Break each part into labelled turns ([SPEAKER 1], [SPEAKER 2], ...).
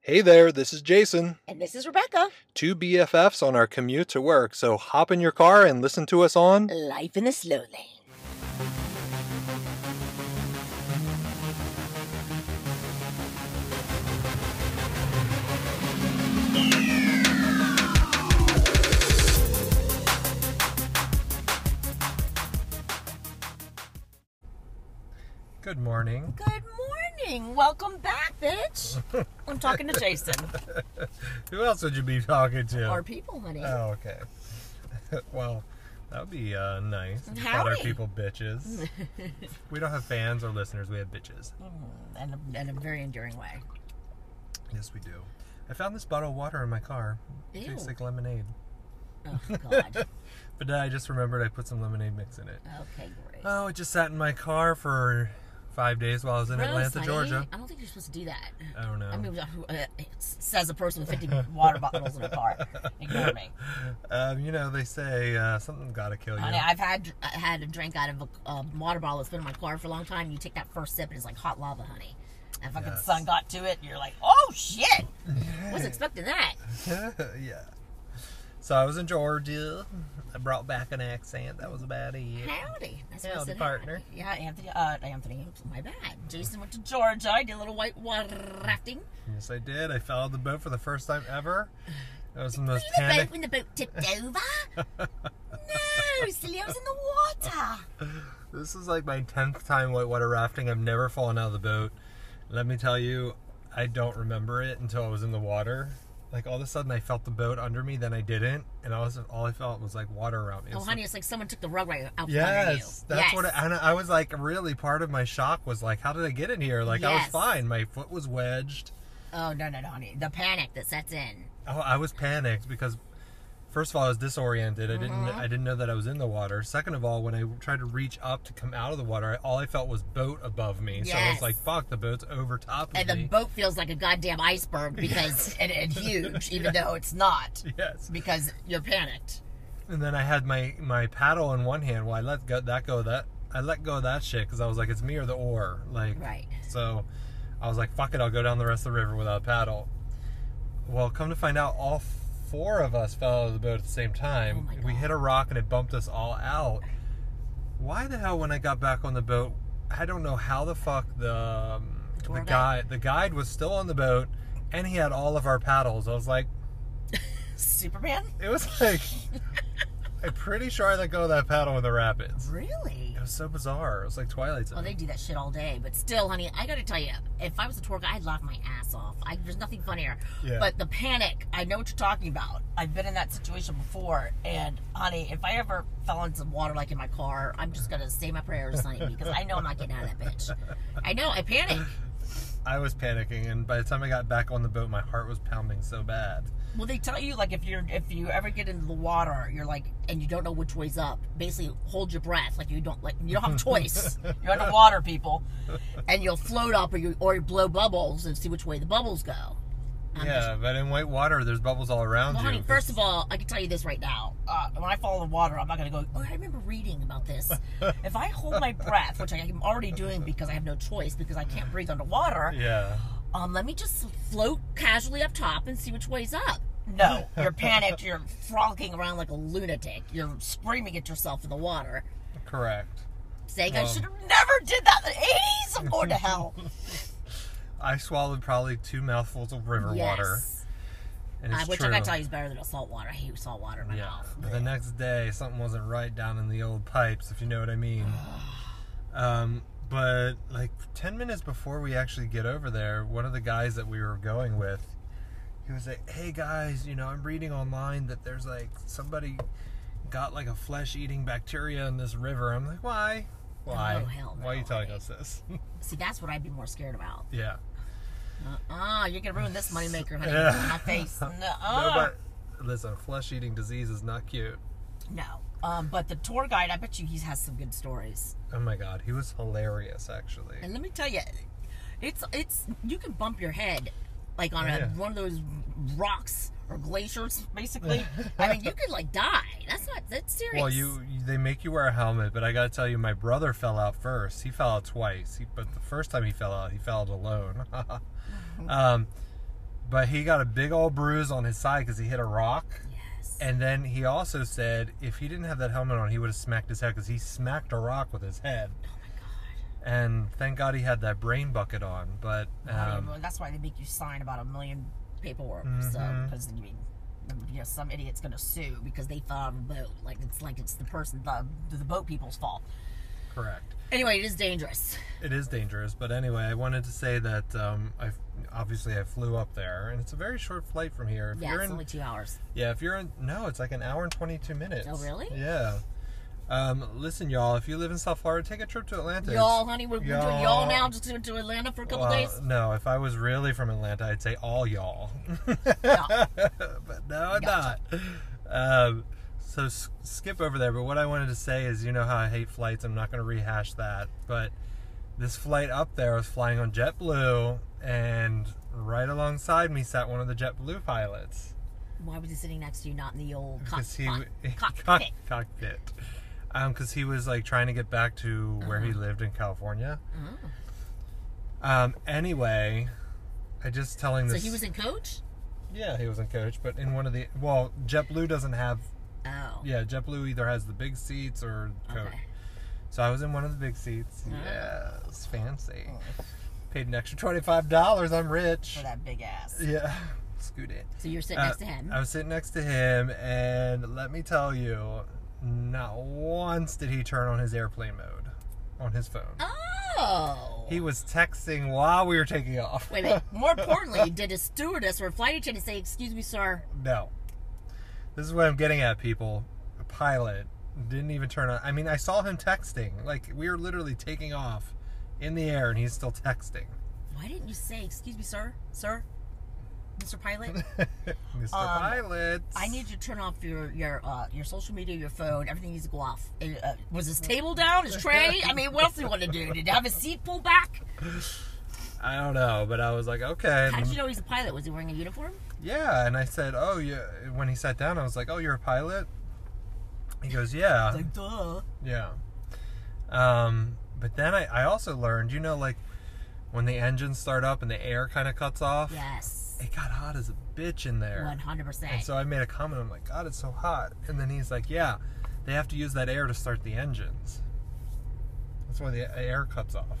[SPEAKER 1] Hey there, this is Jason.
[SPEAKER 2] And this is Rebecca.
[SPEAKER 1] Two BFFs on our commute to work, so hop in your car and listen to us on.
[SPEAKER 2] Life in the slow lane.
[SPEAKER 1] Good morning.
[SPEAKER 2] Good morning. Welcome back, bitch. I'm talking to Jason.
[SPEAKER 1] Who else would you be talking to?
[SPEAKER 2] Our people, honey.
[SPEAKER 1] oh, okay. well, that would be uh, nice. if you Called our
[SPEAKER 2] Howdy.
[SPEAKER 1] people bitches. we don't have fans or listeners, we have bitches.
[SPEAKER 2] Oh. in, a, in a very enduring way.
[SPEAKER 1] Yes, we do. I found this bottle of water in my car. It
[SPEAKER 2] Ew.
[SPEAKER 1] tastes like lemonade.
[SPEAKER 2] Oh, God.
[SPEAKER 1] But then I just remembered I put some lemonade mix in it.
[SPEAKER 2] Okay, great.
[SPEAKER 1] Oh, it just sat in my car for five days while I was in
[SPEAKER 2] Gross,
[SPEAKER 1] Atlanta,
[SPEAKER 2] honey.
[SPEAKER 1] Georgia. Oh,
[SPEAKER 2] I don't think you're supposed to do that.
[SPEAKER 1] I don't know.
[SPEAKER 2] I mean, who- uh, it says a person with 50 water bottles in a car. Ignore me.
[SPEAKER 1] Um, you know, they say uh, something's got to kill you.
[SPEAKER 2] Honey, I've had I had a drink out of a um, water bottle that's been in my car for a long time. You take that first sip, and it's like hot lava, honey. And fucking
[SPEAKER 1] Yes.
[SPEAKER 2] sun got to it, and you're like, oh shit! Wasn't expecting that.
[SPEAKER 1] yeah. So I was in Georgia. I brought back an accent. That was about it.
[SPEAKER 2] Howdy. That's what I
[SPEAKER 1] Howdy,
[SPEAKER 2] said,
[SPEAKER 1] partner.
[SPEAKER 2] howdy. Yeah, Anthony. Uh, Anthony. My bad. Jason went to Georgia. I did a little white water rafting.
[SPEAKER 1] Yes, I did. I followed the boat for the first time ever. That was the
[SPEAKER 2] Were
[SPEAKER 1] most
[SPEAKER 2] you the
[SPEAKER 1] panic.
[SPEAKER 2] boat when the boat tipped over? no, silly. I was in the water.
[SPEAKER 1] This is like my tenth time whitewater rafting. I've never fallen out of the boat. Let me tell you, I don't remember it until I was in the water. Like all of a sudden, I felt the boat under me. Then I didn't, and all, of a sudden- all I felt was like water around me. It
[SPEAKER 2] Oh,
[SPEAKER 1] was
[SPEAKER 2] honey, it's like someone took the rug right out from under you.
[SPEAKER 1] Yes, that's what. It,
[SPEAKER 2] Yes.
[SPEAKER 1] and I was like, really, part of my shock was like, how did I get in here? Like I was
[SPEAKER 2] Yes.
[SPEAKER 1] fine. My foot was wedged.
[SPEAKER 2] Oh no, no, no, honey. The panic that sets in.
[SPEAKER 1] Oh, I was panicked because, first of all, I was disoriented. I didn't.
[SPEAKER 2] Mm-hmm.
[SPEAKER 1] I didn't know that I was in the water. Second of all, when I tried to reach up to come out of the water, I, all I felt was boat above me. So I was
[SPEAKER 2] Yes.
[SPEAKER 1] like, fuck, the boat's over top of
[SPEAKER 2] And the
[SPEAKER 1] me.
[SPEAKER 2] boat feels like a goddamn iceberg because and, and huge, even though it's not,
[SPEAKER 1] yes.
[SPEAKER 2] because you're panicked.
[SPEAKER 1] And then I had my my paddle in one hand. Well, I let go that go of that. I let go of that shit because I was like, it's me or the oar. Like,
[SPEAKER 2] Right.
[SPEAKER 1] So I was like, fuck it, I'll go down the rest of the river without a paddle. Well, come to find out, all four of us fell out of the boat at the same time.
[SPEAKER 2] Oh my
[SPEAKER 1] we
[SPEAKER 2] God.
[SPEAKER 1] hit a rock and it bumped us all out. Why the hell, when I got back on the boat, I don't know how the fuck the um, the
[SPEAKER 2] Tour guide?
[SPEAKER 1] guide the guide was still on the boat, and he had all of our paddles. I was like,
[SPEAKER 2] Superman?
[SPEAKER 1] it was like, I'm pretty sure I let go of that paddle in the rapids.
[SPEAKER 2] Really?
[SPEAKER 1] It was so bizarre. It was like Twilight Zone.
[SPEAKER 2] Well, they do that shit all day, but still, honey, I gotta tell you, if I was a tour guide, I'd laugh my ass off. I, there's nothing funnier.
[SPEAKER 1] Yeah.
[SPEAKER 2] But the panic, I know what you're talking about. I've been in that situation before, and honey, if I ever fell into water, like in my car, I'm just gonna say my prayers, honey, because I know I'm not getting out of that bitch. I know, I panic.
[SPEAKER 1] I was panicking, and by the time I got back on the boat, my heart was pounding so bad.
[SPEAKER 2] Well, they tell you like if you're if you ever get into the water, you're like and you don't know which way's up. Basically, hold your breath, like you don't like you don't have a choice. you're underwater, people, and you'll float up or you or you blow bubbles and see which way the bubbles go. I'm
[SPEAKER 1] yeah, but in white water, there's bubbles all around
[SPEAKER 2] Well,
[SPEAKER 1] you.
[SPEAKER 2] honey, first of all, I can tell you this right now. Uh, when I fall in the water, I'm not going to go, oh, I remember reading about this. if I hold my breath, which I am already doing because I have no choice because I can't breathe underwater,
[SPEAKER 1] yeah,
[SPEAKER 2] um, let me just float casually up top and see which way's up. No, you're panicked. You're frolicking around like a lunatic. You're screaming at yourself in the water,
[SPEAKER 1] correct.
[SPEAKER 2] saying, "I
[SPEAKER 1] Well-
[SPEAKER 2] should have never did that in the '80s. I'm going to hell."
[SPEAKER 1] I swallowed probably two mouthfuls of river water,
[SPEAKER 2] Yes.
[SPEAKER 1] and
[SPEAKER 2] Uh,
[SPEAKER 1] it's
[SPEAKER 2] which
[SPEAKER 1] true.
[SPEAKER 2] I gotta tell you is better than a salt water. I hate salt water in my
[SPEAKER 1] yeah.
[SPEAKER 2] mouth.
[SPEAKER 1] But the next day, something wasn't right down in the old pipes, if you know what I mean. um, but like ten minutes before we actually get over there, one of the guys that we were going with, he was like, "Hey guys, you know, I'm reading online that there's like somebody got like a flesh-eating bacteria in this river." I'm like, "Why? Why?
[SPEAKER 2] Oh, hell
[SPEAKER 1] Why are you
[SPEAKER 2] no,
[SPEAKER 1] telling
[SPEAKER 2] honey.
[SPEAKER 1] us this?"
[SPEAKER 2] See, that's what I'd be more scared about.
[SPEAKER 1] yeah.
[SPEAKER 2] Ah, you're gonna ruin this moneymaker, honey.
[SPEAKER 1] Yeah.
[SPEAKER 2] My face. No, uh.
[SPEAKER 1] Nobody, listen, flesh eating disease is not cute.
[SPEAKER 2] no. Um, but the tour guide, I bet you he has some good stories.
[SPEAKER 1] Oh my god, he was hilarious actually.
[SPEAKER 2] And let me tell you, it's it's you can bump your head like on
[SPEAKER 1] Yeah.
[SPEAKER 2] a, one of those rocks or glaciers, basically. I mean, you could like die. That's not that's serious.
[SPEAKER 1] Well, you you- they make you wear a helmet, but I gotta tell you, my brother fell out first. He fell
[SPEAKER 2] Mm-hmm.
[SPEAKER 1] out twice, he, but the first time he fell out, he fell out alone. um, But he got a big old bruise on his side because he hit a rock.
[SPEAKER 2] Yes.
[SPEAKER 1] And then he also said if he didn't have that helmet on, he would have smacked his head because he smacked a rock with his head.
[SPEAKER 2] oh my god.
[SPEAKER 1] And thank God he had that brain bucket on. But
[SPEAKER 2] I mean,
[SPEAKER 1] um,
[SPEAKER 2] well, that's why they make you sign about a million paperwork. So
[SPEAKER 1] Mhm.
[SPEAKER 2] because I mean, you know, some idiot's gonna sue because they found a boat. Like it's like it's the person the the boat people's fault.
[SPEAKER 1] correct.
[SPEAKER 2] Anyway, it is dangerous.
[SPEAKER 1] It is dangerous, but anyway, I wanted to say that um, I obviously I flew up there, and it's a very short flight from here. If
[SPEAKER 2] Yeah,
[SPEAKER 1] you're
[SPEAKER 2] it's
[SPEAKER 1] in,
[SPEAKER 2] only two hours.
[SPEAKER 1] yeah, if you're in, no, it's like an hour and twenty-two minutes.
[SPEAKER 2] Oh, really?
[SPEAKER 1] Yeah. Um, listen, y'all, if you live in South Florida, take a trip to Atlanta.
[SPEAKER 2] Y'all,
[SPEAKER 1] It's-
[SPEAKER 2] honey, we're, we're doing
[SPEAKER 1] Y'all.
[SPEAKER 2] y'all now. Just going to Atlanta for a couple
[SPEAKER 1] well,
[SPEAKER 2] days.
[SPEAKER 1] No, if I was really from Atlanta, I'd say all y'all. but no, I'm not.
[SPEAKER 2] Gotcha.
[SPEAKER 1] Um, so s- skip over there. But what I wanted to say is, you know how I hate flights. I'm not going to rehash that. But this flight up there I was flying on JetBlue, and right alongside me sat one of the JetBlue pilots
[SPEAKER 2] Why was he sitting next to you, not in the old cock,
[SPEAKER 1] because he
[SPEAKER 2] cock- cockpit?
[SPEAKER 1] cock- cockpit. Um, because he was like trying to get back to where
[SPEAKER 2] Mm-hmm.
[SPEAKER 1] he lived in California.
[SPEAKER 2] Oh.
[SPEAKER 1] Um, anyway, I just telling
[SPEAKER 2] So
[SPEAKER 1] this.
[SPEAKER 2] he was in coach.
[SPEAKER 1] Yeah, he wasn't coach, but in one of the well, JetBlue doesn't have.
[SPEAKER 2] Oh.
[SPEAKER 1] Yeah, JetBlue either has the big seats or coach.
[SPEAKER 2] Okay.
[SPEAKER 1] So I was in one of the big seats.
[SPEAKER 2] Ah.
[SPEAKER 1] Yes, fancy.
[SPEAKER 2] Oh.
[SPEAKER 1] Paid an extra twenty five dollars. I'm rich.
[SPEAKER 2] For that big ass.
[SPEAKER 1] Yeah, scoot it.
[SPEAKER 2] So you're sitting next to
[SPEAKER 1] Uh,
[SPEAKER 2] him.
[SPEAKER 1] I was sitting next to him, and let me tell you, not once did he turn on his airplane mode on his phone.
[SPEAKER 2] oh.
[SPEAKER 1] uh, He was texting while we were taking off.
[SPEAKER 2] Wait a minute. More importantly, did his stewardess or flight attendant say, "Excuse me, sir"?
[SPEAKER 1] No. This is what I'm getting at, people. A pilot didn't even turn on. I mean, I saw him texting. Like, we were literally taking off in the air, and he's still texting.
[SPEAKER 2] Why didn't you say, "Excuse me, sir, sir, Mr. Pilot"?
[SPEAKER 1] Mr.
[SPEAKER 2] Um,
[SPEAKER 1] Pilot.
[SPEAKER 2] I need you to turn off your your uh, your social media, your phone. Everything needs to go off. And, uh, was his table down? His tray? I mean, what else do you want to do? Did he have his seat pulled back?
[SPEAKER 1] I don't know, but I was like, okay.
[SPEAKER 2] How did you know he's a pilot? Was he wearing a uniform?
[SPEAKER 1] Yeah, and I said, oh, yeah. When he sat down, I was like, oh, you're a pilot? He goes, yeah.
[SPEAKER 2] Like, duh.
[SPEAKER 1] Yeah. Um, but then I, I also learned, you know, like when the engines start up and the air kind of cuts off,
[SPEAKER 2] Yes.
[SPEAKER 1] it got hot as a bitch in there.
[SPEAKER 2] One hundred
[SPEAKER 1] And
[SPEAKER 2] percent.
[SPEAKER 1] so I made a comment. I'm like, God, it's so hot. And then he's like, Yeah, they have to use that air to start the engines. That's why the air cuts off.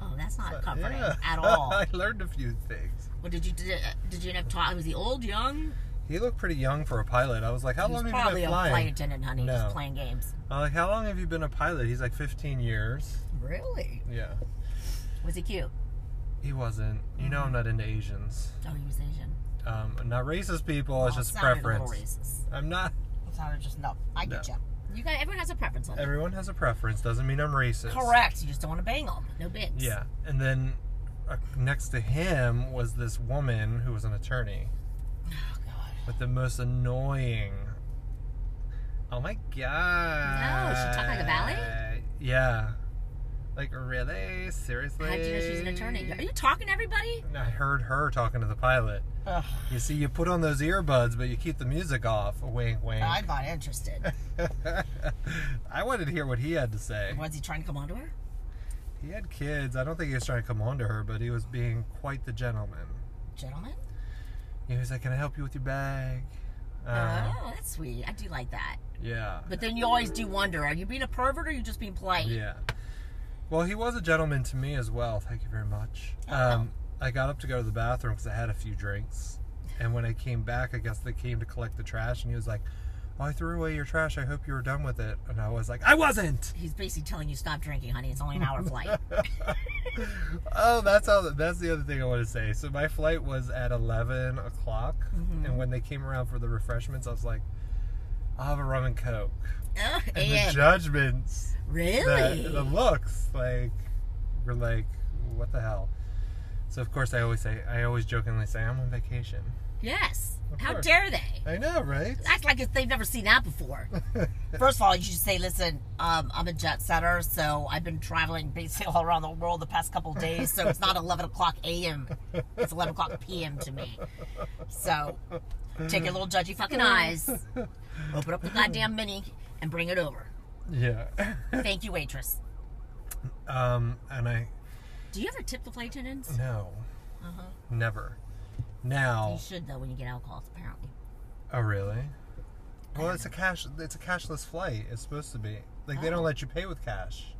[SPEAKER 2] Oh, that's not comforting
[SPEAKER 1] Yeah.
[SPEAKER 2] at all.
[SPEAKER 1] I learned a few things.
[SPEAKER 2] What did you did, uh, did you end up talking? Was he old, young?
[SPEAKER 1] He looked pretty young for a pilot. I was like, How
[SPEAKER 2] He was
[SPEAKER 1] long have you
[SPEAKER 2] probably
[SPEAKER 1] been
[SPEAKER 2] a
[SPEAKER 1] flying?
[SPEAKER 2] flight attendant, honey,
[SPEAKER 1] No.
[SPEAKER 2] just playing games.
[SPEAKER 1] I'm like, How long have you been a pilot? He's like, 15 years.
[SPEAKER 2] Really?
[SPEAKER 1] Yeah.
[SPEAKER 2] Was he cute?
[SPEAKER 1] He wasn't. You know, I'm not into Asians.
[SPEAKER 2] Oh, he was Asian.
[SPEAKER 1] Um, I'm not racist people. It's
[SPEAKER 2] Oh, it
[SPEAKER 1] just
[SPEAKER 2] sounded a little
[SPEAKER 1] preference.
[SPEAKER 2] racist.
[SPEAKER 1] I'm not.
[SPEAKER 2] It sounded just no. I get
[SPEAKER 1] No.
[SPEAKER 2] ya. you. You got everyone has a preference on it.
[SPEAKER 1] Everyone has a preference. Doesn't mean I'm racist.
[SPEAKER 2] Correct. You just don't want to bang them. No bigs.
[SPEAKER 1] Yeah, and then uh, next to him was this woman who was an attorney
[SPEAKER 2] Oh god.
[SPEAKER 1] with the most annoying. Oh my god!
[SPEAKER 2] talked like a valet?
[SPEAKER 1] Yeah, like really seriously.
[SPEAKER 2] How do you know she's an attorney? Are you talking to everybody?
[SPEAKER 1] I heard her talking to the pilot.
[SPEAKER 2] Ugh,
[SPEAKER 1] You see, you put on those earbuds, but you keep the music off. Wink, wink.
[SPEAKER 2] I'm not interested.
[SPEAKER 1] I wanted to hear what he had to say.
[SPEAKER 2] Was he trying to come onto her?
[SPEAKER 1] He had kids. I don't think he was trying to come on to her, but he was being quite the gentleman.
[SPEAKER 2] Gentlemen?
[SPEAKER 1] He was like, "Can I help you with your bag?" Uh,
[SPEAKER 2] oh, that's sweet. I do like that.
[SPEAKER 1] yeah,
[SPEAKER 2] But then you always do wonder, are you being a pervert or are you just being polite?
[SPEAKER 1] yeah. Well, he was a gentleman to me as well. Thank you very much. Um, I got up to go to the bathroom because I had a few drinks, and when I came back, I guess they came to collect the trash, and he was like, "Oh, I threw away your trash. I hope you were done with it." And I was like, "I wasn't."
[SPEAKER 2] He's basically telling you stop drinking, honey. It's only an hour flight. Uh,
[SPEAKER 1] Oh, that's all. That's the other thing I want to say. So my flight was at eleven o'clock, and when they came around for the refreshments, I was like, "I'll have a rum and coke."
[SPEAKER 2] Ugh,
[SPEAKER 1] And the
[SPEAKER 2] and-
[SPEAKER 1] judgments
[SPEAKER 2] really?
[SPEAKER 1] the, the looks like we're like what the hell so of course i always say i always jokingly say i'm on vacation
[SPEAKER 2] yes.
[SPEAKER 1] Of
[SPEAKER 2] How
[SPEAKER 1] course.
[SPEAKER 2] dare they?
[SPEAKER 1] i know right
[SPEAKER 2] act like if they've never seen that before. First of all, you should say, listen, um, I'm a jet setter, so I've been traveling basically all around the world the past couple of days, so it's not 11 o'clock a.m., it's 11 o'clock p.m. to me. So take your little judgy fucking eyes, open up the goddamn mini, and bring it over.
[SPEAKER 1] yeah
[SPEAKER 2] Thank you, waitress.
[SPEAKER 1] um and i Uh-huh.
[SPEAKER 2] Do you ever tip the flight attendants?
[SPEAKER 1] no never Now,
[SPEAKER 2] You should though when you get alcohol, apparently.
[SPEAKER 1] oh really? Well, it's a cash. It's a cashless flight. It's supposed to be like they don't
[SPEAKER 2] Oh.
[SPEAKER 1] let you pay with cash.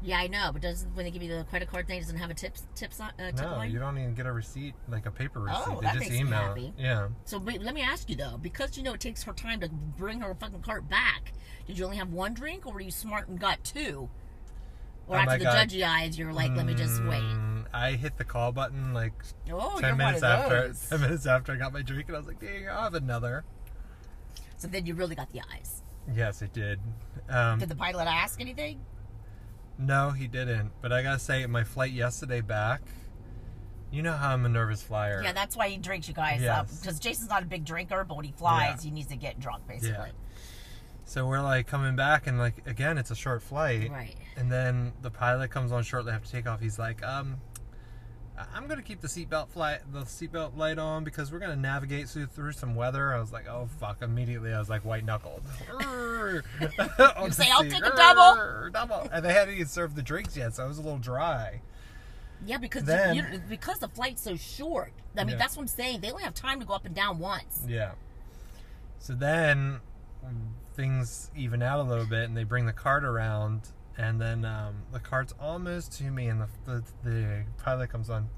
[SPEAKER 2] Yeah, I know, but doesn't when they give you the credit card thing, it doesn't have a tips tips on uh, tip
[SPEAKER 1] No,
[SPEAKER 2] line?
[SPEAKER 1] you don't even get a receipt, like a paper receipt.
[SPEAKER 2] Oh,
[SPEAKER 1] they
[SPEAKER 2] that
[SPEAKER 1] just
[SPEAKER 2] makes me
[SPEAKER 1] email. it.
[SPEAKER 2] happy.
[SPEAKER 1] Yeah.
[SPEAKER 2] So wait, let me ask you though, because you know it takes her time to bring her fucking cart back. Did you only have one drink, or were you smart and got two? Or
[SPEAKER 1] Oh, my
[SPEAKER 2] after the
[SPEAKER 1] God.
[SPEAKER 2] judgy eyes, you're like, let me just wait.
[SPEAKER 1] Mm, I hit the call button like
[SPEAKER 2] Oh, you're
[SPEAKER 1] ten minutes
[SPEAKER 2] one of
[SPEAKER 1] after.
[SPEAKER 2] those.
[SPEAKER 1] Ten minutes after I got my drink, and I was like, "Dang, I'll have another."
[SPEAKER 2] So then you really got the eyes.
[SPEAKER 1] Yes, it did. Um,
[SPEAKER 2] Did the pilot ask anything?
[SPEAKER 1] No, he didn't. But I gotta say, my flight yesterday back. You know how I'm a nervous flyer.
[SPEAKER 2] Yeah, that's why he drinks you guys up
[SPEAKER 1] Yes.
[SPEAKER 2] because Jason's not a big drinker, but when he flies,
[SPEAKER 1] Yeah.
[SPEAKER 2] he needs to get drunk basically.
[SPEAKER 1] So we're like coming back, and like again, it's a short flight.
[SPEAKER 2] Right.
[SPEAKER 1] And then the pilot comes on shortly after takeoff. He's like, um, I- I'm gonna keep the seatbelt flight, the seatbelt light on because we're gonna navigate through through some weather. I was like, oh fuck! Immediately, I was like white knuckled. you
[SPEAKER 2] say, "I'll take a double."
[SPEAKER 1] double. And they hadn't even served the drinks yet, so I was a little dry.
[SPEAKER 2] Yeah, because
[SPEAKER 1] Then-
[SPEAKER 2] you, you- because the flight's so short. I mean,
[SPEAKER 1] Yeah.
[SPEAKER 2] that's what I'm saying. They only have time to go up and down once.
[SPEAKER 1] Yeah. So then mm, things even out a little bit, and they bring the cart around, and then um, the cart's almost to me, and the, the the pilot comes on.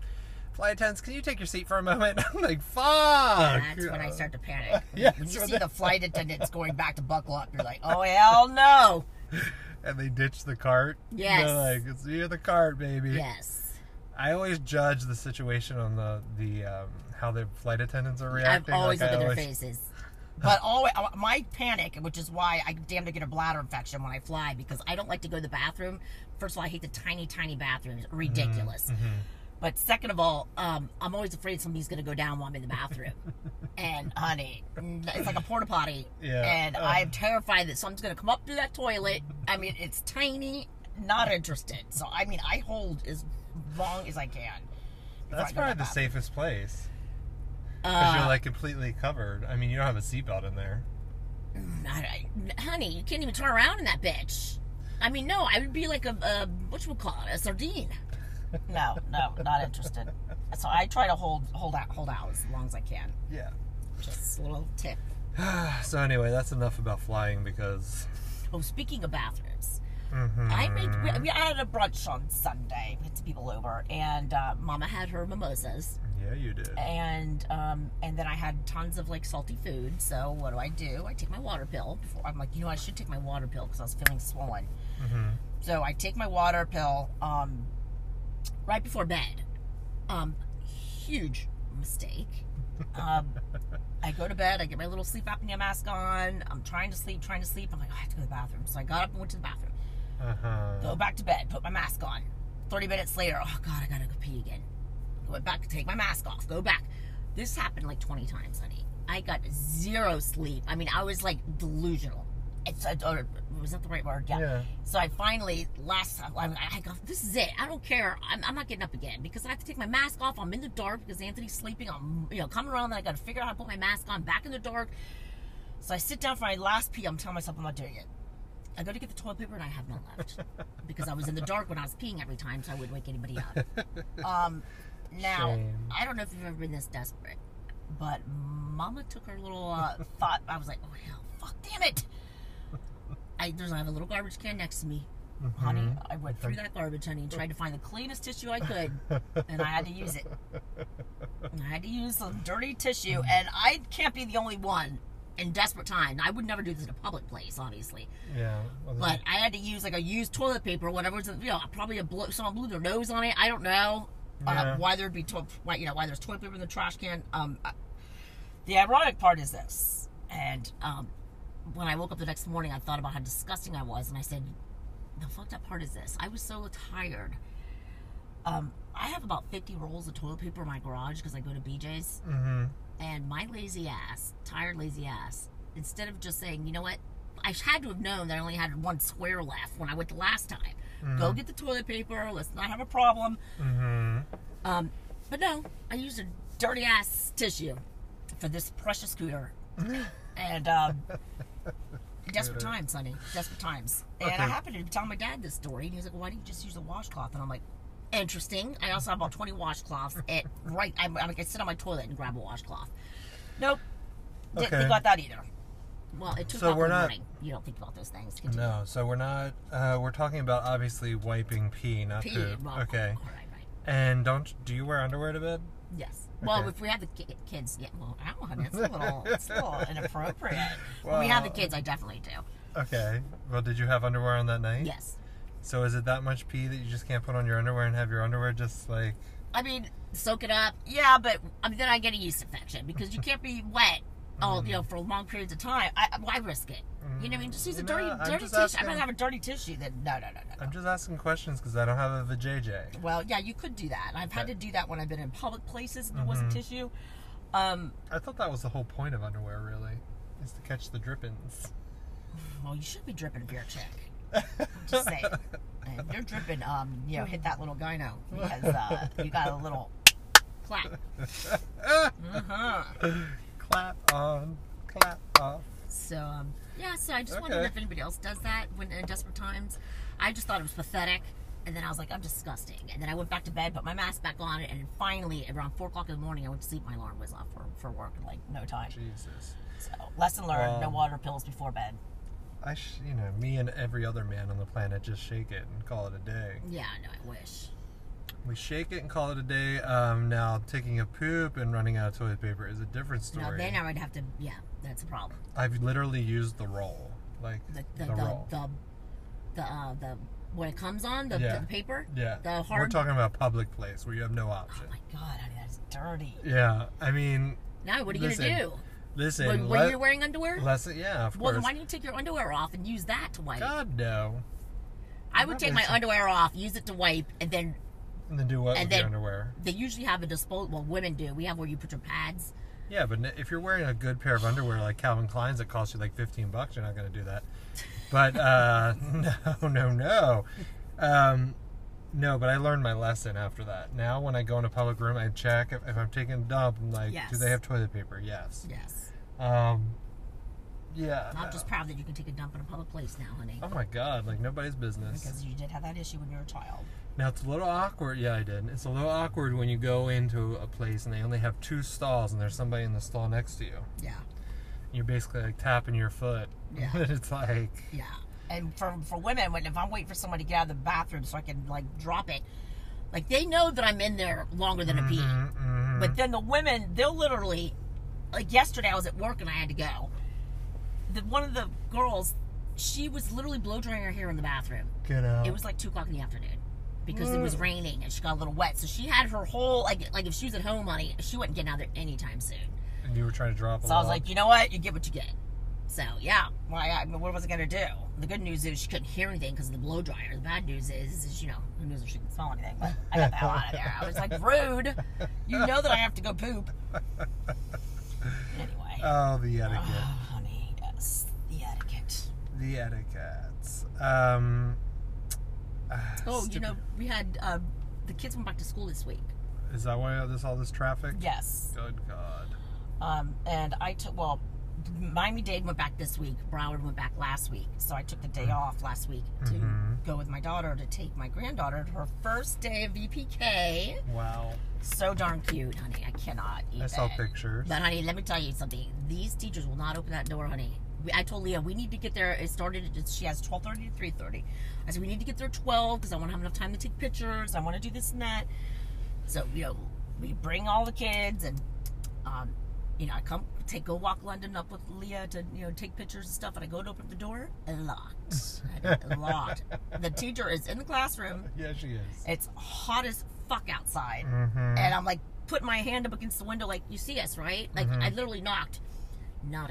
[SPEAKER 1] Flight attendants, can you take your seat for a moment? I'm like, fuck.
[SPEAKER 2] That's when I start to panic.
[SPEAKER 1] Yeah,
[SPEAKER 2] when
[SPEAKER 1] that's
[SPEAKER 2] you
[SPEAKER 1] when
[SPEAKER 2] see
[SPEAKER 1] they-
[SPEAKER 2] the flight attendants going back to buckle up, you're like, oh hell no.
[SPEAKER 1] And they ditch the cart.
[SPEAKER 2] Yes.
[SPEAKER 1] They're like, it's near the cart, baby.
[SPEAKER 2] Yes,
[SPEAKER 1] I always judge the situation on the the um, how the flight attendants are
[SPEAKER 2] I've
[SPEAKER 1] reacting.
[SPEAKER 2] always
[SPEAKER 1] Like,
[SPEAKER 2] looked
[SPEAKER 1] I
[SPEAKER 2] at their
[SPEAKER 1] always-
[SPEAKER 2] faces. But always uh, my panic, which is why I damn to get a bladder infection when I fly because I don't like to go to the bathroom. First of all, I hate the tiny, tiny bathrooms.
[SPEAKER 1] Mm-hmm,
[SPEAKER 2] Ridiculous. But second of all, um, I'm always afraid somebody's going to go down while I'm in the bathroom. and honey, it's like a porta potty.
[SPEAKER 1] Yeah.
[SPEAKER 2] And
[SPEAKER 1] Ugh.
[SPEAKER 2] I'm terrified that something's going to come up through that toilet. I mean, it's tiny. Not interested. So I mean, I hold as long as I can. before I
[SPEAKER 1] That's
[SPEAKER 2] go
[SPEAKER 1] probably
[SPEAKER 2] to
[SPEAKER 1] the
[SPEAKER 2] bathroom.
[SPEAKER 1] safest place. Because
[SPEAKER 2] Uh,
[SPEAKER 1] you're like completely covered. I mean, you don't have a seatbelt in there.
[SPEAKER 2] I- I- honey, you can't even turn around in that bitch. I mean, no, I would be like a, a what you call it, a sardine. No, no, not interested. So I try to hold hold out hold out as long as I can.
[SPEAKER 1] Yeah.
[SPEAKER 2] Just a little tip.
[SPEAKER 1] So anyway, that's enough about flying because.
[SPEAKER 2] Oh, speaking of bathrooms,
[SPEAKER 1] Mhm.
[SPEAKER 2] I made we, we had a brunch on Sunday. We had some people over, and uh, Mama had her mimosas,
[SPEAKER 1] Yeah, you did.
[SPEAKER 2] and um, and then I had tons of like salty food. So what do I do? I take my water pill. Before I'm like, you know, I should take my water pill because I was feeling swollen.
[SPEAKER 1] Mhm.
[SPEAKER 2] So I take my water pill um, right before bed. Um, huge mistake. Um, I go to bed. I get my little sleep apnea mask on. I'm trying to sleep, trying to sleep. I'm like, "Oh, I have to go to the bathroom. So I got up and went to the bathroom.
[SPEAKER 1] Uh huh.
[SPEAKER 2] Go back to bed. Put my mask on. Thirty minutes later, oh god, I gotta go pee again. I went back to take my mask off. Go back. This happened like 20 times, honey. I got zero sleep. I mean, I was like delusional. It's uh, or, was that the right word?
[SPEAKER 1] Yeah.
[SPEAKER 2] So I finally last time I, I go, this is it. I don't care. I'm, I'm not getting up again because I have to take my mask off. I'm in the dark because Anthony's sleeping. I'm you know coming around. Then I got to figure out how to put my mask on back in the dark. So I sit down for my last pee. I'm telling myself I'm not doing it. I go to get the toilet paper and I have none left because I was in the dark when I was peeing every time, so I wouldn't wake anybody up. Um, now
[SPEAKER 1] Shame.
[SPEAKER 2] I don't know if you've ever been this desperate, but Mama took her little uh, thought. I was like, oh hell, fuck, damn it! I there's I have a little garbage can next to me. Honey, I went through that garbage, honey, and tried to find the cleanest tissue I could, and I had to use it. And I had to use some dirty tissue, and I can't be the only one in desperate time. I would never do this in a public place, obviously.
[SPEAKER 1] Yeah. Well,
[SPEAKER 2] But I had to use like a used toilet paper, or whatever. It's, You know, probably a blow, someone blew their nose on it. I don't know
[SPEAKER 1] Yeah.
[SPEAKER 2] uh, why there'd be to- why you know why there's toilet paper in the trash can. Um, I- the ironic part is this, and um, when I woke up the next morning, I thought about how disgusting I was, and I said, "The fucked up part is this. I was so tired. Um, I have about 50 rolls of toilet paper in my garage because I go to BJ's."
[SPEAKER 1] Mm-hmm.
[SPEAKER 2] And my lazy ass, tired lazy ass, instead of just saying, you know what, I had to have known that I only had one square left when I went the last time. Go get the toilet paper. Let's not have a problem.
[SPEAKER 1] Mm-hmm.
[SPEAKER 2] Um, but no, I used a dirty ass tissue for this precious scooter. and um, desperate times, honey. Desperate times. And I
[SPEAKER 1] Okay.
[SPEAKER 2] happened to tell my dad this story, and he was like, "Why didn't you just use a washcloth?" And I'm like, interesting. I also have about 20 washcloths. At, right, I'm, I could sit on my toilet and grab a washcloth. Nope. Didn't
[SPEAKER 1] Okay.
[SPEAKER 2] think about that either. Well, it took
[SPEAKER 1] So
[SPEAKER 2] so
[SPEAKER 1] we're
[SPEAKER 2] in the
[SPEAKER 1] not-
[SPEAKER 2] morning. You don't think about those things. Continue.
[SPEAKER 1] No, so we're not. Uh, we're talking about obviously wiping pee, not
[SPEAKER 2] Pee.
[SPEAKER 1] poop.
[SPEAKER 2] Well,
[SPEAKER 1] okay.
[SPEAKER 2] all right, right.
[SPEAKER 1] And don't do you wear underwear to bed?
[SPEAKER 2] Yes. Well,
[SPEAKER 1] Okay.
[SPEAKER 2] if we have the ki- kids, yeah. Well, ow, honey, it's a little, it's a little inappropriate. when we have the
[SPEAKER 1] Well-
[SPEAKER 2] kids, I definitely do.
[SPEAKER 1] Okay. Well, did you have underwear on that night?
[SPEAKER 2] Yes.
[SPEAKER 1] So is it that much pee that you just can't put on your underwear and have your underwear just like?
[SPEAKER 2] I mean, soak it up. Yeah, but I mean, then I get a yeast infection because you can't be wet all
[SPEAKER 1] Mm.
[SPEAKER 2] you know for long periods of time. I, why risk it? You know, what I mean, just use a
[SPEAKER 1] Mm, No,
[SPEAKER 2] dirty,
[SPEAKER 1] I'm
[SPEAKER 2] dirty
[SPEAKER 1] just
[SPEAKER 2] tissue. I'd
[SPEAKER 1] asking.
[SPEAKER 2] rather have a dirty tissue than no, no, no, no.
[SPEAKER 1] I'm just asking questions because I don't have a vajayjay.
[SPEAKER 2] Well, yeah, you could do that. I've had to do that when I've been in public places and there
[SPEAKER 1] Mm-hmm.
[SPEAKER 2] wasn't tissue. Um,
[SPEAKER 1] I thought that was the whole point of underwear, really, is to catch the drippings.
[SPEAKER 2] well, you should be dripping a beer check. I'm just saying. And if you're dripping, um, you know, hit that little gyno because uh, you got a little clap. Uh-huh.
[SPEAKER 1] clap on, clap off.
[SPEAKER 2] So um, yeah, so I just
[SPEAKER 1] Okay.
[SPEAKER 2] wondered if anybody else does that when in desperate times. I just thought it was pathetic, and then I was like, I'm disgusting. And then I went back to bed, put my mask back on, and finally around four o'clock in the morning, I went to sleep. My alarm was off for, for work in like no time.
[SPEAKER 1] Jesus.
[SPEAKER 2] So lesson learned: no
[SPEAKER 1] Um,
[SPEAKER 2] water pills before bed.
[SPEAKER 1] I, sh- you know, me and every other man on the planet just shake it and call it a day.
[SPEAKER 2] Yeah, no, I wish.
[SPEAKER 1] We shake it and call it a day. Um, now taking a poop and running out of toilet paper is a different story.
[SPEAKER 2] Now then I would have to. Yeah, that's a problem.
[SPEAKER 1] I've literally used the roll, like
[SPEAKER 2] The
[SPEAKER 1] the,
[SPEAKER 2] the the
[SPEAKER 1] roll.
[SPEAKER 2] the, the, uh, the when it comes on the,
[SPEAKER 1] Yeah.
[SPEAKER 2] the paper.
[SPEAKER 1] yeah,
[SPEAKER 2] The
[SPEAKER 1] we're
[SPEAKER 2] hard.
[SPEAKER 1] talking about public place where you have no
[SPEAKER 2] oh
[SPEAKER 1] option.
[SPEAKER 2] my god, honey, that's dirty.
[SPEAKER 1] yeah, I mean,
[SPEAKER 2] Now what are you
[SPEAKER 1] Listen,
[SPEAKER 2] gonna do?
[SPEAKER 1] listen,
[SPEAKER 2] Were, were
[SPEAKER 1] let-
[SPEAKER 2] you wearing underwear?
[SPEAKER 1] lesson, yeah, of
[SPEAKER 2] Well, then
[SPEAKER 1] course.
[SPEAKER 2] why don't you take your underwear off and use that to wipe?
[SPEAKER 1] God no.
[SPEAKER 2] I would take my
[SPEAKER 1] obviously.
[SPEAKER 2] underwear off, use it to wipe, and then
[SPEAKER 1] And then do what
[SPEAKER 2] And
[SPEAKER 1] with your
[SPEAKER 2] then-
[SPEAKER 1] underwear?
[SPEAKER 2] they usually have a disposable. Well, women do. We have where you put your pads.
[SPEAKER 1] Yeah, but n- if you're wearing a good pair of underwear like Calvin Klein's that costs you like 15 bucks, you're not going to do that. But uh, no, no, no. Um, no, but I learned my lesson after that. Now, when I go in a public room, I check if, if I'm taking a dump. I'm like, do
[SPEAKER 2] Yes.
[SPEAKER 1] they have toilet paper? Yes.
[SPEAKER 2] Yes.
[SPEAKER 1] Um, yeah.
[SPEAKER 2] I'm just proud that you can take a dump in a public place now, honey.
[SPEAKER 1] oh my god, like nobody's business.
[SPEAKER 2] Because you did have that issue when you were a child.
[SPEAKER 1] Now it's a little awkward. Yeah, I did. It's a little awkward when you go into a place and they only have two stalls and there's somebody in the stall next to you.
[SPEAKER 2] Yeah.
[SPEAKER 1] You're basically like tapping your foot.
[SPEAKER 2] Yeah.
[SPEAKER 1] and it's like,
[SPEAKER 2] Yeah. And for for women, when if I'm waiting for somebody to get out of the bathroom so I can like drop it, like they know that I'm in there longer than a pee.
[SPEAKER 1] mm, mm.
[SPEAKER 2] But then the women, they'll literally, like yesterday, I was at work and I had to go. The one of the girls, she was literally blow drying her hair in the bathroom.
[SPEAKER 1] get out.
[SPEAKER 2] It was like two o'clock in the afternoon because it was raining and she got a little wet. So she had her whole like like if she was at home, honey, she wasn't getting out there anytime soon.
[SPEAKER 1] and you were trying to drop.
[SPEAKER 2] So I was like, you know what? You get what you get. So yeah, well, I, I mean, what was I gonna do? The good news is she couldn't hear anything because of the blow dryer. The bad news is, is you know, who knows if she can smell anything? But I got the hell out of there. I was like, rude. You know that I have to go poop. Anyway,
[SPEAKER 1] oh, the
[SPEAKER 2] oh,
[SPEAKER 1] etiquette.
[SPEAKER 2] honey, yes, the etiquette.
[SPEAKER 1] the etiquette. Um.
[SPEAKER 2] Oh, you
[SPEAKER 1] stupid-
[SPEAKER 2] know, we had um, the kids went back to school this week.
[SPEAKER 1] Is that why there's all this traffic?
[SPEAKER 2] Yes,
[SPEAKER 1] Good God.
[SPEAKER 2] Um, and I took well, Miami Dade went back this week. Broward went back last week, so I took the day off last week to
[SPEAKER 1] Mhm.
[SPEAKER 2] go with my daughter to take my granddaughter to her first day of VPK.
[SPEAKER 1] Wow.
[SPEAKER 2] So darn cute, honey. I cannot even.
[SPEAKER 1] I saw pictures.
[SPEAKER 2] But honey, let me tell you something. These teachers will not open that door, honey. We, I told Leah we need to get there. It started. It's, she has twelve thirty to three thirty. I said we need to get there twelve because I want to have enough time to take pictures. I want to do this and that. So you know, we bring all the kids and, um, you know, I come take go walk London up with Leah to you know take pictures and stuff. And I go to open the door, locked, locked. The teacher is in the classroom.
[SPEAKER 1] yeah, she is.
[SPEAKER 2] It's hot as fuck outside
[SPEAKER 1] Mm-hmm.
[SPEAKER 2] and I'm like putting my hand up against the window, like you see us, right? Like
[SPEAKER 1] Mm-hmm.
[SPEAKER 2] I literally knocked. Not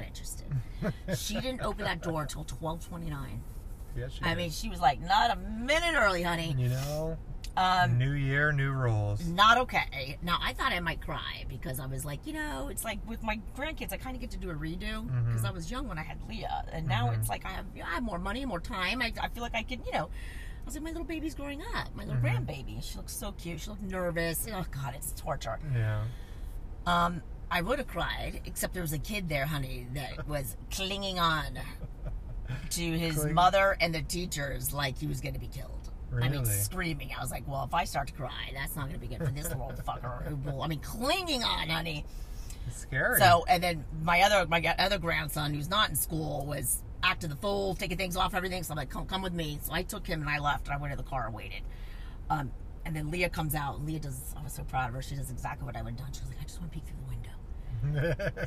[SPEAKER 2] interested. she didn't open that door until twelve twenty nine.
[SPEAKER 1] yeah, Mm-hmm. she
[SPEAKER 2] I
[SPEAKER 1] is.
[SPEAKER 2] mean, she was like, "Not a minute early, honey."
[SPEAKER 1] you know,
[SPEAKER 2] Um, Mm-hmm.
[SPEAKER 1] new year, new rules.
[SPEAKER 2] not okay. Now I thought I might cry because I was like, you know, it's like with my grandkids, I kind of get to do a redo
[SPEAKER 1] Mm-hmm.
[SPEAKER 2] because I was young when I had Leah, and now it's like I have, I have more money, more time. I, I feel like I can, you know. I was like, my little baby's growing up, my little
[SPEAKER 1] Mm-hmm.
[SPEAKER 2] grandbaby. She looks so cute. She looked nervous. Oh God, it's torture.
[SPEAKER 1] Yeah.
[SPEAKER 2] Um, I would have cried, except there was a kid there, honey, that was clinging on to his
[SPEAKER 1] Cling-
[SPEAKER 2] mother and the teachers like he was going to be killed.
[SPEAKER 1] Really?
[SPEAKER 2] I mean, screaming. I was like, well, if I start to cry, that's not going to be good for this little fucker. Who will, I mean, clinging on, honey.
[SPEAKER 1] it's scary.
[SPEAKER 2] So, and then my other my other grandson, who's not in school, was acting the fool, taking things off everything. So I'm like, come come with me. So I took him and I left, and I went to the car and waited. Um, and then Leah comes out, and Leah does. I was so proud of her. She does exactly what I would have done. She was like, I just want to peek through the window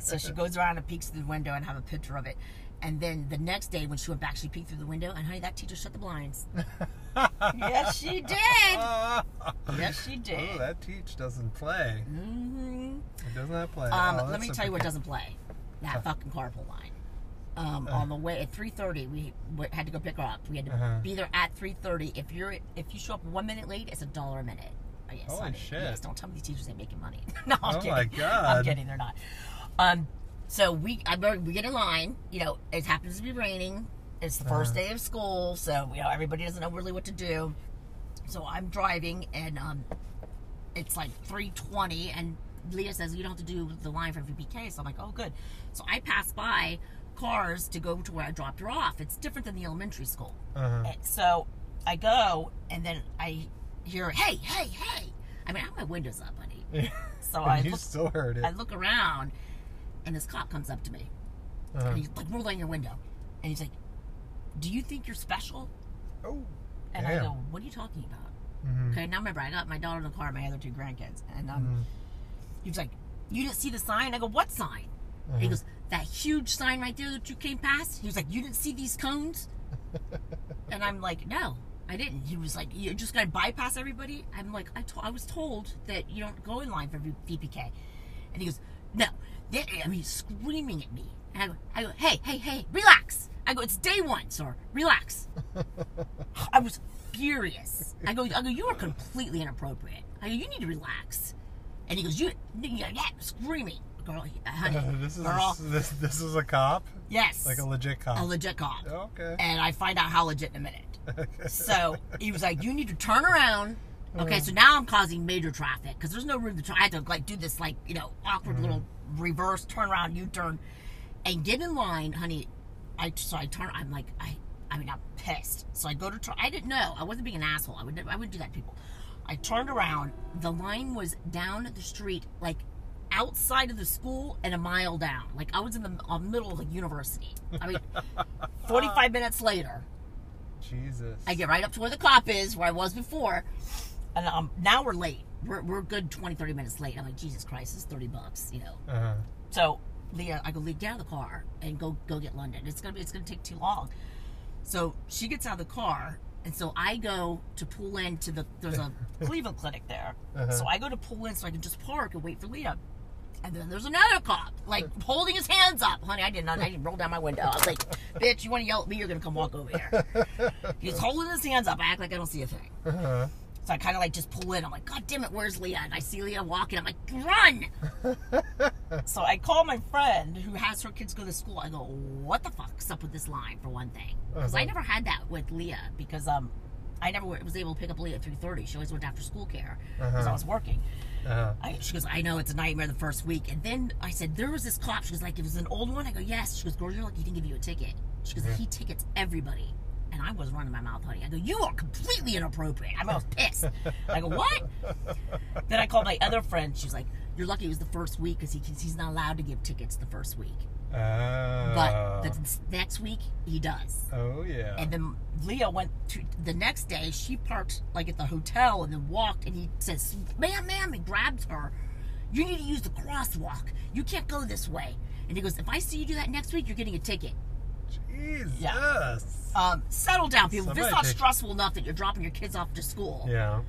[SPEAKER 2] so she goes around and peeks through the window and have a picture of it. And then the next day when she went back, she peeked through the window and honey, that teacher shut the blinds. yes, she did.
[SPEAKER 1] Ah.
[SPEAKER 2] Yes, she did.
[SPEAKER 1] Oh, that teach doesn't play.
[SPEAKER 2] hmm
[SPEAKER 1] It does not play.
[SPEAKER 2] Um,
[SPEAKER 1] Oh,
[SPEAKER 2] let
[SPEAKER 1] that's
[SPEAKER 2] me
[SPEAKER 1] a-
[SPEAKER 2] tell you what doesn't play. That fucking carpool line.
[SPEAKER 1] Uh.
[SPEAKER 2] Um, on the way at 3:30, we w- had to go pick her up. We had to
[SPEAKER 1] Uh-huh.
[SPEAKER 2] be there at 3:30. If you're if you show up one minute late, it's a dollar a minute. Oh, yes,
[SPEAKER 1] Holy
[SPEAKER 2] honey.
[SPEAKER 1] shit.
[SPEAKER 2] Yes, don't tell me these teachers ain't making money. no, I'm
[SPEAKER 1] Oh
[SPEAKER 2] kidding.
[SPEAKER 1] my
[SPEAKER 2] I'm
[SPEAKER 1] God.
[SPEAKER 2] kidding. They're not. Um, so we I remember we get in line. You know, it happens to be raining. It's the 1st
[SPEAKER 1] Uh-huh.
[SPEAKER 2] day of school, so you know everybody doesn't know really what to do. So I'm driving, and um, it's like 320 and leah says you don't have to do the line for vpk so i'm like oh good so i pass by cars to go to where i dropped her off it's different than the elementary school
[SPEAKER 1] Uh-huh.
[SPEAKER 2] And so i go and then i hear hey hey hey i mean i have my windows up honey so i
[SPEAKER 1] you
[SPEAKER 2] look,
[SPEAKER 1] still heard it.
[SPEAKER 2] I look around and this cop comes up to me
[SPEAKER 1] Uh-huh.
[SPEAKER 2] and he's like roll down your window and he's like do you think you're special
[SPEAKER 1] Oh,
[SPEAKER 2] and i
[SPEAKER 1] damn.
[SPEAKER 2] go what are you talking about
[SPEAKER 1] Mhm.
[SPEAKER 2] okay now remember i got my daughter in the car and my other two grandkids and um,
[SPEAKER 1] Mhm.
[SPEAKER 2] he was like, You didn't see the sign? I go, What sign? And he
[SPEAKER 1] Mhm.
[SPEAKER 2] goes, That huge sign right there that you came past? He was like, You didn't see these cones? and I'm like, No, I didn't. He was like, You're just going to bypass everybody? I'm like, I, to- I was told that you don't go in line for V- VPK. And he goes, No. That, I mean, he's screaming at me. And I go, I go, Hey, hey, hey, relax. I go, It's day one, sir. Relax. I was furious. I go, I go, you are completely inappropriate. I go, you need to relax. And he goes, you, yeah, yeah, screaming, girl, uh, honey,
[SPEAKER 1] this is
[SPEAKER 2] girl,
[SPEAKER 1] this this is a cop,
[SPEAKER 2] yes,
[SPEAKER 1] like a legit cop.
[SPEAKER 2] a legit cop.
[SPEAKER 1] okay.
[SPEAKER 2] And I find out how legit in a minute. so he was like, you need to turn around. Okay, so now I'm causing major traffic because there's no room to turn. I had to like do this like you know awkward little reverse turnaround U-turn, and get in line, honey. I so I turn. I'm like I. I mean, I'm pissed. So I go to turn. I didn't know. I wasn't being an asshole. I would. I would do that to people. I turned around. The line was down the street, like outside of the school and a mile down. Like I was in the uh, middle of the university. I mean, 45 minutes later,
[SPEAKER 1] Jesus.
[SPEAKER 2] I get right up to where the cop is, where I was before. And um, now we're late. We're, we're a good 20, 30 minutes late. I'm like, Jesus Christ, it's 30 bucks, you know.
[SPEAKER 1] Uh-huh.
[SPEAKER 2] So Leah, I go, Leah, get out of the car and go go get London. It's gonna be it's gonna take too long. So she gets out of the car, and so I go to pull in to the there's a Cleveland clinic there. So I go to pull in so I can just park and wait for Leah. And then there's another cop, like holding his hands up. Honey, I did not. I didn't roll down my window. I was like, "Bitch, you want to yell at me? You're gonna come walk over here." He's holding his hands up. I act like I don't see a thing.
[SPEAKER 1] Uh-huh.
[SPEAKER 2] So I kind of like just pull in. I'm like, God damn it, where's Leah? And I see Leah walking. I'm like, run. so I call my friend who has her kids go to school. I go, what the fuck's up with this line for one thing? Because I
[SPEAKER 1] Uh-huh.
[SPEAKER 2] never had that with Leah because um, I never wa- was able to pick up Leah at 3:30. She always went after school care because I
[SPEAKER 1] Uh-huh.
[SPEAKER 2] was working.
[SPEAKER 1] Uh-huh.
[SPEAKER 2] I, she goes, I know it's a nightmare the first week. And then I said, there was this cop. She was like, it was an old one. I go, yes. She goes, girl, you're lucky he didn't give you a ticket. She goes, he tickets everybody. And I was running my mouth, honey. I go, you are completely inappropriate. I'm almost pissed. I go, what? then I called my other friend. She's like, you're lucky it was the first week because he, can- he's not allowed to give tickets the first week.
[SPEAKER 1] Uh,
[SPEAKER 2] But the next week, he does.
[SPEAKER 1] oh yeah.
[SPEAKER 2] And then Leah went to the next day. She parked like at the hotel and then walked. And he says, "Ma'am, ma'am," and grabs her. You need to use the crosswalk. You can't go this way. And he goes, "If I see you do that next week, you're getting a ticket."
[SPEAKER 1] Jesus.
[SPEAKER 2] Yeah. Um, settle down, people. If it's
[SPEAKER 1] Somebody
[SPEAKER 2] not
[SPEAKER 1] take-
[SPEAKER 2] stressful enough that you're dropping your kids off to school.
[SPEAKER 1] Yeah.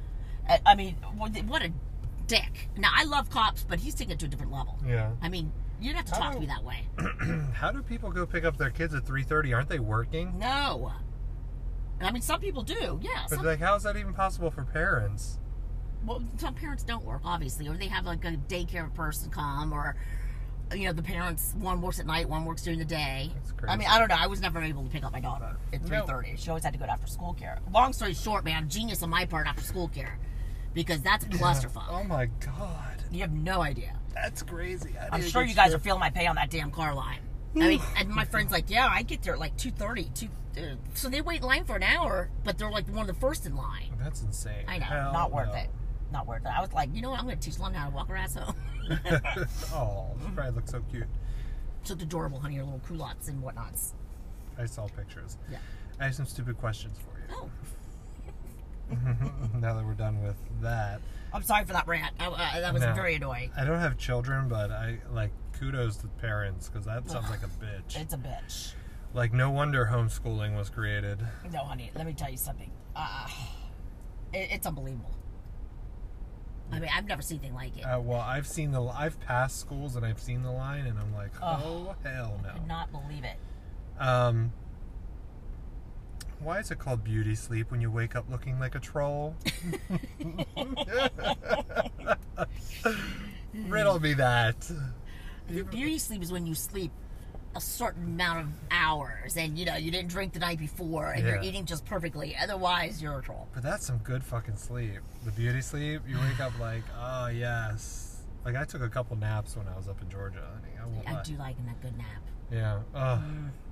[SPEAKER 2] I- I mean, what the- what a dick. Now I love cops, but he's taking it to a different level.
[SPEAKER 1] Yeah.
[SPEAKER 2] I mean, you didn't have to
[SPEAKER 1] How
[SPEAKER 2] talk
[SPEAKER 1] do-
[SPEAKER 2] to me that way.
[SPEAKER 1] How do people go pick up their kids at 3:30? Aren't they working?
[SPEAKER 2] No. I mean, some people do. Yeah.
[SPEAKER 1] But
[SPEAKER 2] some-
[SPEAKER 1] like, how is that even possible for parents?
[SPEAKER 2] well, some parents don't work, obviously, or they have like a daycare person come, or you know, the parents one works at night, one works during the day.
[SPEAKER 1] That's
[SPEAKER 2] I
[SPEAKER 1] crazy.
[SPEAKER 2] mean, I don't know. I was never able to pick up my daughter at three
[SPEAKER 1] No.
[SPEAKER 2] thirty. She always had to go to after school care. Long story short, man, genius on my part after school care, because that's a clusterfuck.
[SPEAKER 1] Oh my god.
[SPEAKER 2] You have no idea.
[SPEAKER 1] That's crazy. I
[SPEAKER 2] I'm
[SPEAKER 1] need to
[SPEAKER 2] sure
[SPEAKER 1] get
[SPEAKER 2] you guys are
[SPEAKER 1] stripped.
[SPEAKER 2] feeling my pay on that damn car line. I mean, and my friend's like, yeah, I get there at like 2.30. 2, uh, so they wait in line for an hour, but they're like one of the first in line.
[SPEAKER 1] That's insane.
[SPEAKER 2] I know,
[SPEAKER 1] Hell
[SPEAKER 2] not worth
[SPEAKER 1] no.
[SPEAKER 2] it. Not worth it. I was like, you know what? I'm going to teach London how to walk her ass home.
[SPEAKER 1] oh, she probably looks so cute.
[SPEAKER 2] She looked adorable, honey, her little culottes and whatnots.
[SPEAKER 1] I saw pictures.
[SPEAKER 2] Yeah.
[SPEAKER 1] I have some stupid questions for you.
[SPEAKER 2] Oh,
[SPEAKER 1] now that we're done with that,
[SPEAKER 2] I'm sorry for that rant. I, uh, that was
[SPEAKER 1] No.
[SPEAKER 2] very annoying.
[SPEAKER 1] I don't have children, but I like kudos to parents because that sounds like a bitch.
[SPEAKER 2] It's a bitch.
[SPEAKER 1] Like no wonder homeschooling was created.
[SPEAKER 2] No, honey, let me tell you something. Uh, it, it's unbelievable. I mean, I've never seen anything like it.
[SPEAKER 1] Uh, well, I've seen the I've passed schools and I've seen the line, and I'm like, oh
[SPEAKER 2] Ugh.
[SPEAKER 1] hell
[SPEAKER 2] I could
[SPEAKER 1] no.
[SPEAKER 2] not believe it.
[SPEAKER 1] Um, why is it called beauty sleep when you wake up looking like a troll? Riddle me that.
[SPEAKER 2] Beauty sleep is when you sleep a certain amount of hours and you know you didn't drink the night before and you're
[SPEAKER 1] Yeah.
[SPEAKER 2] eating just perfectly otherwise you're a troll
[SPEAKER 1] But that's some good fucking sleep. The beauty sleep, you wake up like, oh yes. Like I took a couple naps when I was up in Georgia. honey. I, won't
[SPEAKER 2] i
[SPEAKER 1] lie.
[SPEAKER 2] do like in that good nap
[SPEAKER 1] Yeah. Ugh.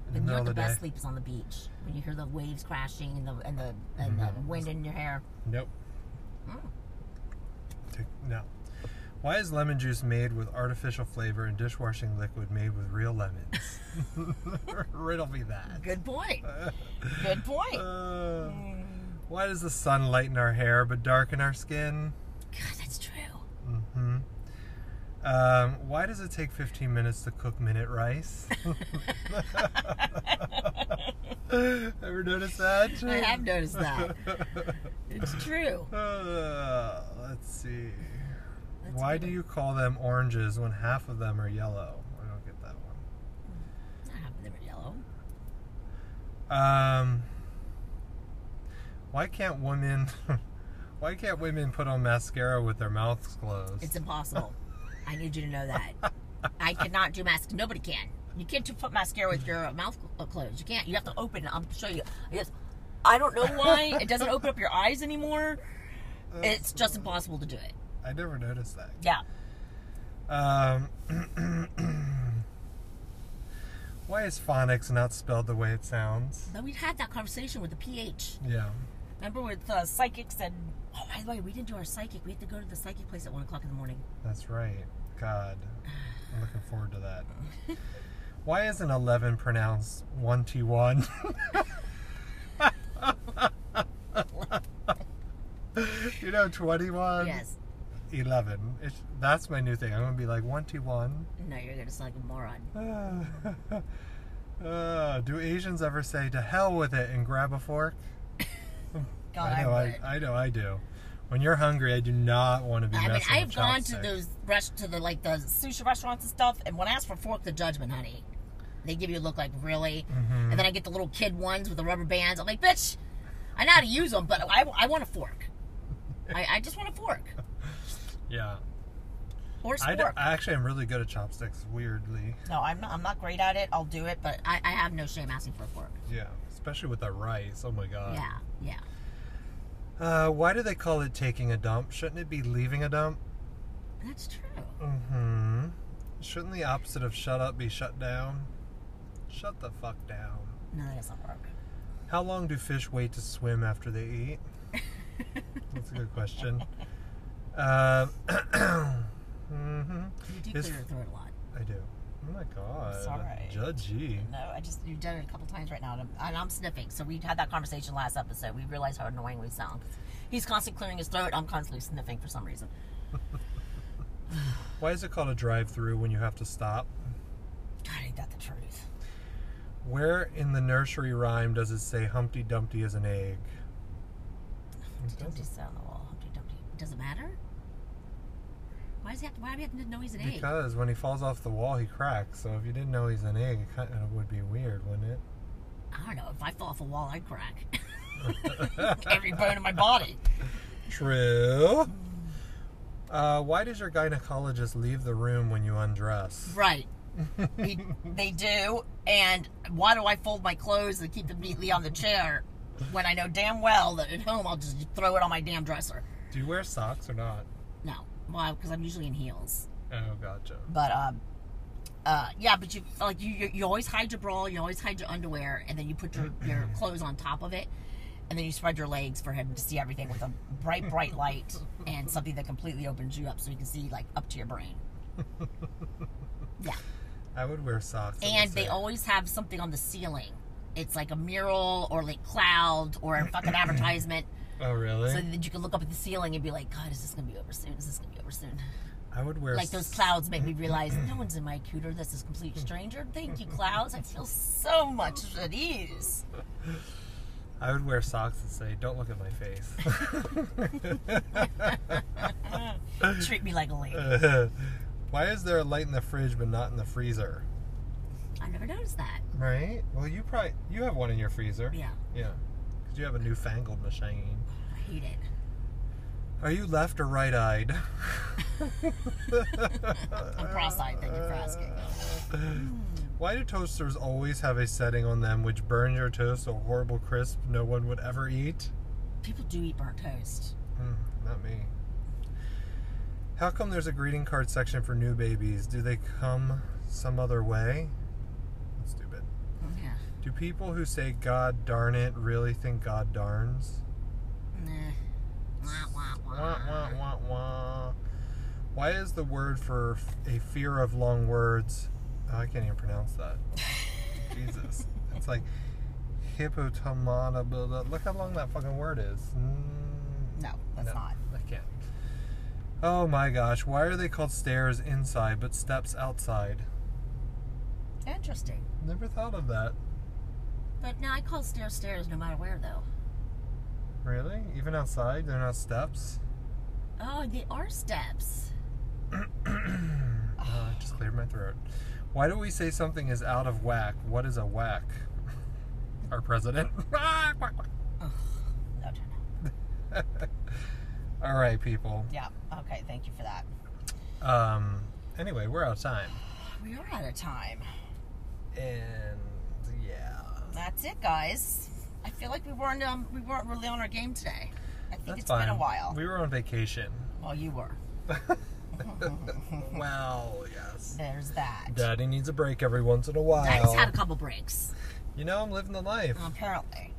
[SPEAKER 1] In the
[SPEAKER 2] Mm. but you know
[SPEAKER 1] middle
[SPEAKER 2] what
[SPEAKER 1] of
[SPEAKER 2] the
[SPEAKER 1] the day.
[SPEAKER 2] best sleep is on the beach when you hear the waves crashing and the and the, and the
[SPEAKER 1] Mm-hmm.
[SPEAKER 2] wind in your hair
[SPEAKER 1] Nope.
[SPEAKER 2] Mm.
[SPEAKER 1] Take- No. Why is lemon juice made with artificial flavor and dishwashing liquid made with real lemons? Riddle me that.
[SPEAKER 2] good point good point
[SPEAKER 1] Uh, why does the sun lighten our hair but darken our skin?
[SPEAKER 2] god that's true
[SPEAKER 1] hmm Um, why does it take 15 minutes to cook minute rice? Ever notice that?
[SPEAKER 2] i have noticed that it's true
[SPEAKER 1] Uh, let's see.
[SPEAKER 2] That's
[SPEAKER 1] why
[SPEAKER 2] a
[SPEAKER 1] do
[SPEAKER 2] good
[SPEAKER 1] you call them oranges when half of them are yellow? I don't get that one.
[SPEAKER 2] i have them in yellow
[SPEAKER 1] Um, why can't women? why can't women put on mascara with their mouths closed?
[SPEAKER 2] It's impossible. I need you to know that. I cannot do mask. Nobody can. You can't do- put mascara with your mouth cl- uh, closed. You can't. You have to open. it. I'll show you. Yes. I don't know why it doesn't open up your eyes anymore. It's just impossible to do it.
[SPEAKER 1] I never noticed that.
[SPEAKER 2] Yeah.
[SPEAKER 1] Um, why is phonics not spelled the way it sounds?
[SPEAKER 2] Now we had that conversation with the PH.
[SPEAKER 1] Yeah.
[SPEAKER 2] Remember with uh, psychics and oh by the way we didn't do our psychic. We had to go to the psychic place at one o'clock in the morning.
[SPEAKER 1] That's right. God, I'm looking forward to that. Why isn't 11 pronounced 1T1? you know, 21?
[SPEAKER 2] yes.
[SPEAKER 1] 11. It's, that's my new thing. I'm going to be like 1T1.
[SPEAKER 2] No, you're gonna sound like a moron.
[SPEAKER 1] Uh, do Asians ever say to hell with it and grab a fork?
[SPEAKER 2] God,
[SPEAKER 1] I know
[SPEAKER 2] would.
[SPEAKER 1] I, I know I do. When you're hungry, I do not want to be
[SPEAKER 2] I mean,
[SPEAKER 1] messing with
[SPEAKER 2] I've gone to
[SPEAKER 1] chopsticks.
[SPEAKER 2] those rush to the like the sushi restaurants and stuff, and when I ask for fork the judgment, honey, they give you a look like really,
[SPEAKER 1] Mm-hmm.
[SPEAKER 2] and then I get the little kid ones with the rubber bands. I'm like, bitch, I know how to use them, but I, I want a fork. I, I just want a fork
[SPEAKER 1] Yeah.
[SPEAKER 2] or a
[SPEAKER 1] I,
[SPEAKER 2] spork.
[SPEAKER 1] d- I actually am really good at chopsticks, weirdly.
[SPEAKER 2] no, I'm not. I'm not great at it. I'll do it, but I, I have no shame asking for a fork.
[SPEAKER 1] Yeah. Especially with the rice. Oh my god.
[SPEAKER 2] yeah, yeah.
[SPEAKER 1] Uh, why do they call it taking a dump? Shouldn't it be leaving a dump?
[SPEAKER 2] That's true.
[SPEAKER 1] Mm-hmm. Shouldn't the opposite of shut up be shut down? Shut the fuck down.
[SPEAKER 2] No, that doesn't work.
[SPEAKER 1] How long do fish wait to swim after they eat? That's a good question. Um mhm.
[SPEAKER 2] You do
[SPEAKER 1] It's-
[SPEAKER 2] clear your throat a lot.
[SPEAKER 1] I do. Oh my god.
[SPEAKER 2] It's all right.
[SPEAKER 1] Judgy.
[SPEAKER 2] No, I just you've done it a couple times right now, and I'm, and I'm sniffing. So we had that conversation last episode. We realized how annoying we sound. He's constantly clearing his throat. I'm constantly sniffing for some reason.
[SPEAKER 1] Why is it called a drive through when you have to stop?
[SPEAKER 2] God, ain't that the truth?
[SPEAKER 1] Where in the nursery rhyme does it say Humpty Dumpty is an egg?
[SPEAKER 2] Dumpty's on the wall. Humpty Dumpty. Doesn't matter. Why does he have to? Why do we have to know he's an egg?
[SPEAKER 1] Because when he falls off the wall, he cracks. So if you didn't know he's an egg, it kind of would be weird, wouldn't it?
[SPEAKER 2] I don't know. If I fall off a wall, I'd crack every bone in my body.
[SPEAKER 1] True. Uh, why does your gynecologist leave the room when you undress?
[SPEAKER 2] Right. He- they do. And why do I fold my clothes and keep them neatly on the chair when I know damn well that at home I'll just throw it on my damn dresser?
[SPEAKER 1] Do you wear socks or not?
[SPEAKER 2] No, well, because I'm usually in heels.
[SPEAKER 1] Oh, gotcha.
[SPEAKER 2] But um, Uh, yeah, but you like you, you you always hide your bra, you always hide your underwear, and then you put your, your clothes on top of it, and then you spread your legs for him to see everything with a bright bright light and something that completely opens you up so you can see like up to your brain. Yeah,
[SPEAKER 1] I would wear socks. I would
[SPEAKER 2] and they
[SPEAKER 1] say.
[SPEAKER 2] always have something on the ceiling. It's like a mural or like cloud or a fucking advertisement,
[SPEAKER 1] Oh really?
[SPEAKER 2] so that you can look up at the ceiling and be like, God, is this gonna be over soon? Is this gonna be over soon?
[SPEAKER 1] I would wear
[SPEAKER 2] like those
[SPEAKER 1] s-
[SPEAKER 2] clouds make me realize no one's in my cooter. This is a complete stranger. Thank you, clouds. I feel so much at ease.
[SPEAKER 1] I would wear socks and say, "Don't look at my face."
[SPEAKER 2] Treat me like a lady.
[SPEAKER 1] Why is there a light in the fridge but not in the freezer?
[SPEAKER 2] I never noticed that.
[SPEAKER 1] Right. Well, you probably you have one in your freezer.
[SPEAKER 2] Yeah,
[SPEAKER 1] Yeah. Because you have a newfangled machine.
[SPEAKER 2] I hate it.
[SPEAKER 1] Are you left or right-eyed?
[SPEAKER 2] I'm cross-eyed. Thank you for asking.
[SPEAKER 1] Why do toasters always have a setting on them which burns your toast to a horrible crisp no one would ever eat?
[SPEAKER 2] People do eat burnt toast.
[SPEAKER 1] Mm, not me. How come there's a greeting card section for new babies? Do they come some other way? That's stupid.
[SPEAKER 2] Oh, Yeah.
[SPEAKER 1] Do people who say God darn it really think God darns?
[SPEAKER 2] Nah. Wah, wah,
[SPEAKER 1] Wah,
[SPEAKER 2] wah.
[SPEAKER 1] wah, wah, wah. Why is the word for f- a fear of long words? Oh, I can't even pronounce that. Jesus. It's like hippotomata. blah, blah. Look how long that fucking word is. Mm,
[SPEAKER 2] No, that's not.
[SPEAKER 1] I can't. Oh my gosh. Why are they called stairs inside but steps outside?
[SPEAKER 2] Interesting.
[SPEAKER 1] Never thought of that.
[SPEAKER 2] But now I call stairs stairs no matter where though.
[SPEAKER 1] Really? Even outside? They're not steps?
[SPEAKER 2] Oh, they are steps.
[SPEAKER 1] Oh, Uh, I just cleared my throat. Why do we say something is out of whack? What is a whack? Our president. Quack, quack, quack.
[SPEAKER 2] Ugh. No, no, no.
[SPEAKER 1] All right, people.
[SPEAKER 2] Yeah. Okay. Thank you for that.
[SPEAKER 1] Um. Anyway, we're out of time.
[SPEAKER 2] We are out of time.
[SPEAKER 1] And yeah,
[SPEAKER 2] That's it, guys. I feel like we weren't um, we weren't really on our game today. I think
[SPEAKER 1] that's
[SPEAKER 2] it's
[SPEAKER 1] fine.
[SPEAKER 2] been a while.
[SPEAKER 1] We were on vacation.
[SPEAKER 2] well, you were.
[SPEAKER 1] well, yes.
[SPEAKER 2] There's that.
[SPEAKER 1] Daddy needs a break every once in a while.
[SPEAKER 2] I just had a couple breaks,
[SPEAKER 1] You know, I'm living the life.
[SPEAKER 2] Oh. apparently.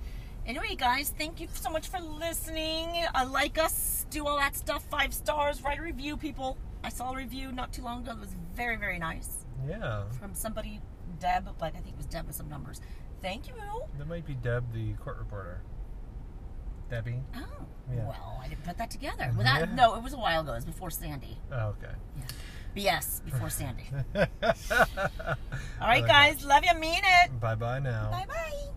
[SPEAKER 2] Anyway, guys, thank you so much for listening. Uh, like us, do all that stuff. Five stars, write a review, people. I saw a review not too long ago that was very, very nice
[SPEAKER 1] yeah.
[SPEAKER 2] from somebody, Deb, like I think it was Deb with some numbers. Thank you. Oh,
[SPEAKER 1] That might be Deb, the court reporter. Debbie.
[SPEAKER 2] Oh,
[SPEAKER 1] Yeah.
[SPEAKER 2] well, I didn't put that together. Well, that,
[SPEAKER 1] Yeah.
[SPEAKER 2] No, it was a while ago. It was before Sandy.
[SPEAKER 1] Oh,
[SPEAKER 2] But yes, before Sandy.
[SPEAKER 1] okay.
[SPEAKER 2] All right, guys. Love you. Mean it.
[SPEAKER 1] Mm-hmm. Bye bye now.
[SPEAKER 2] Bye bye.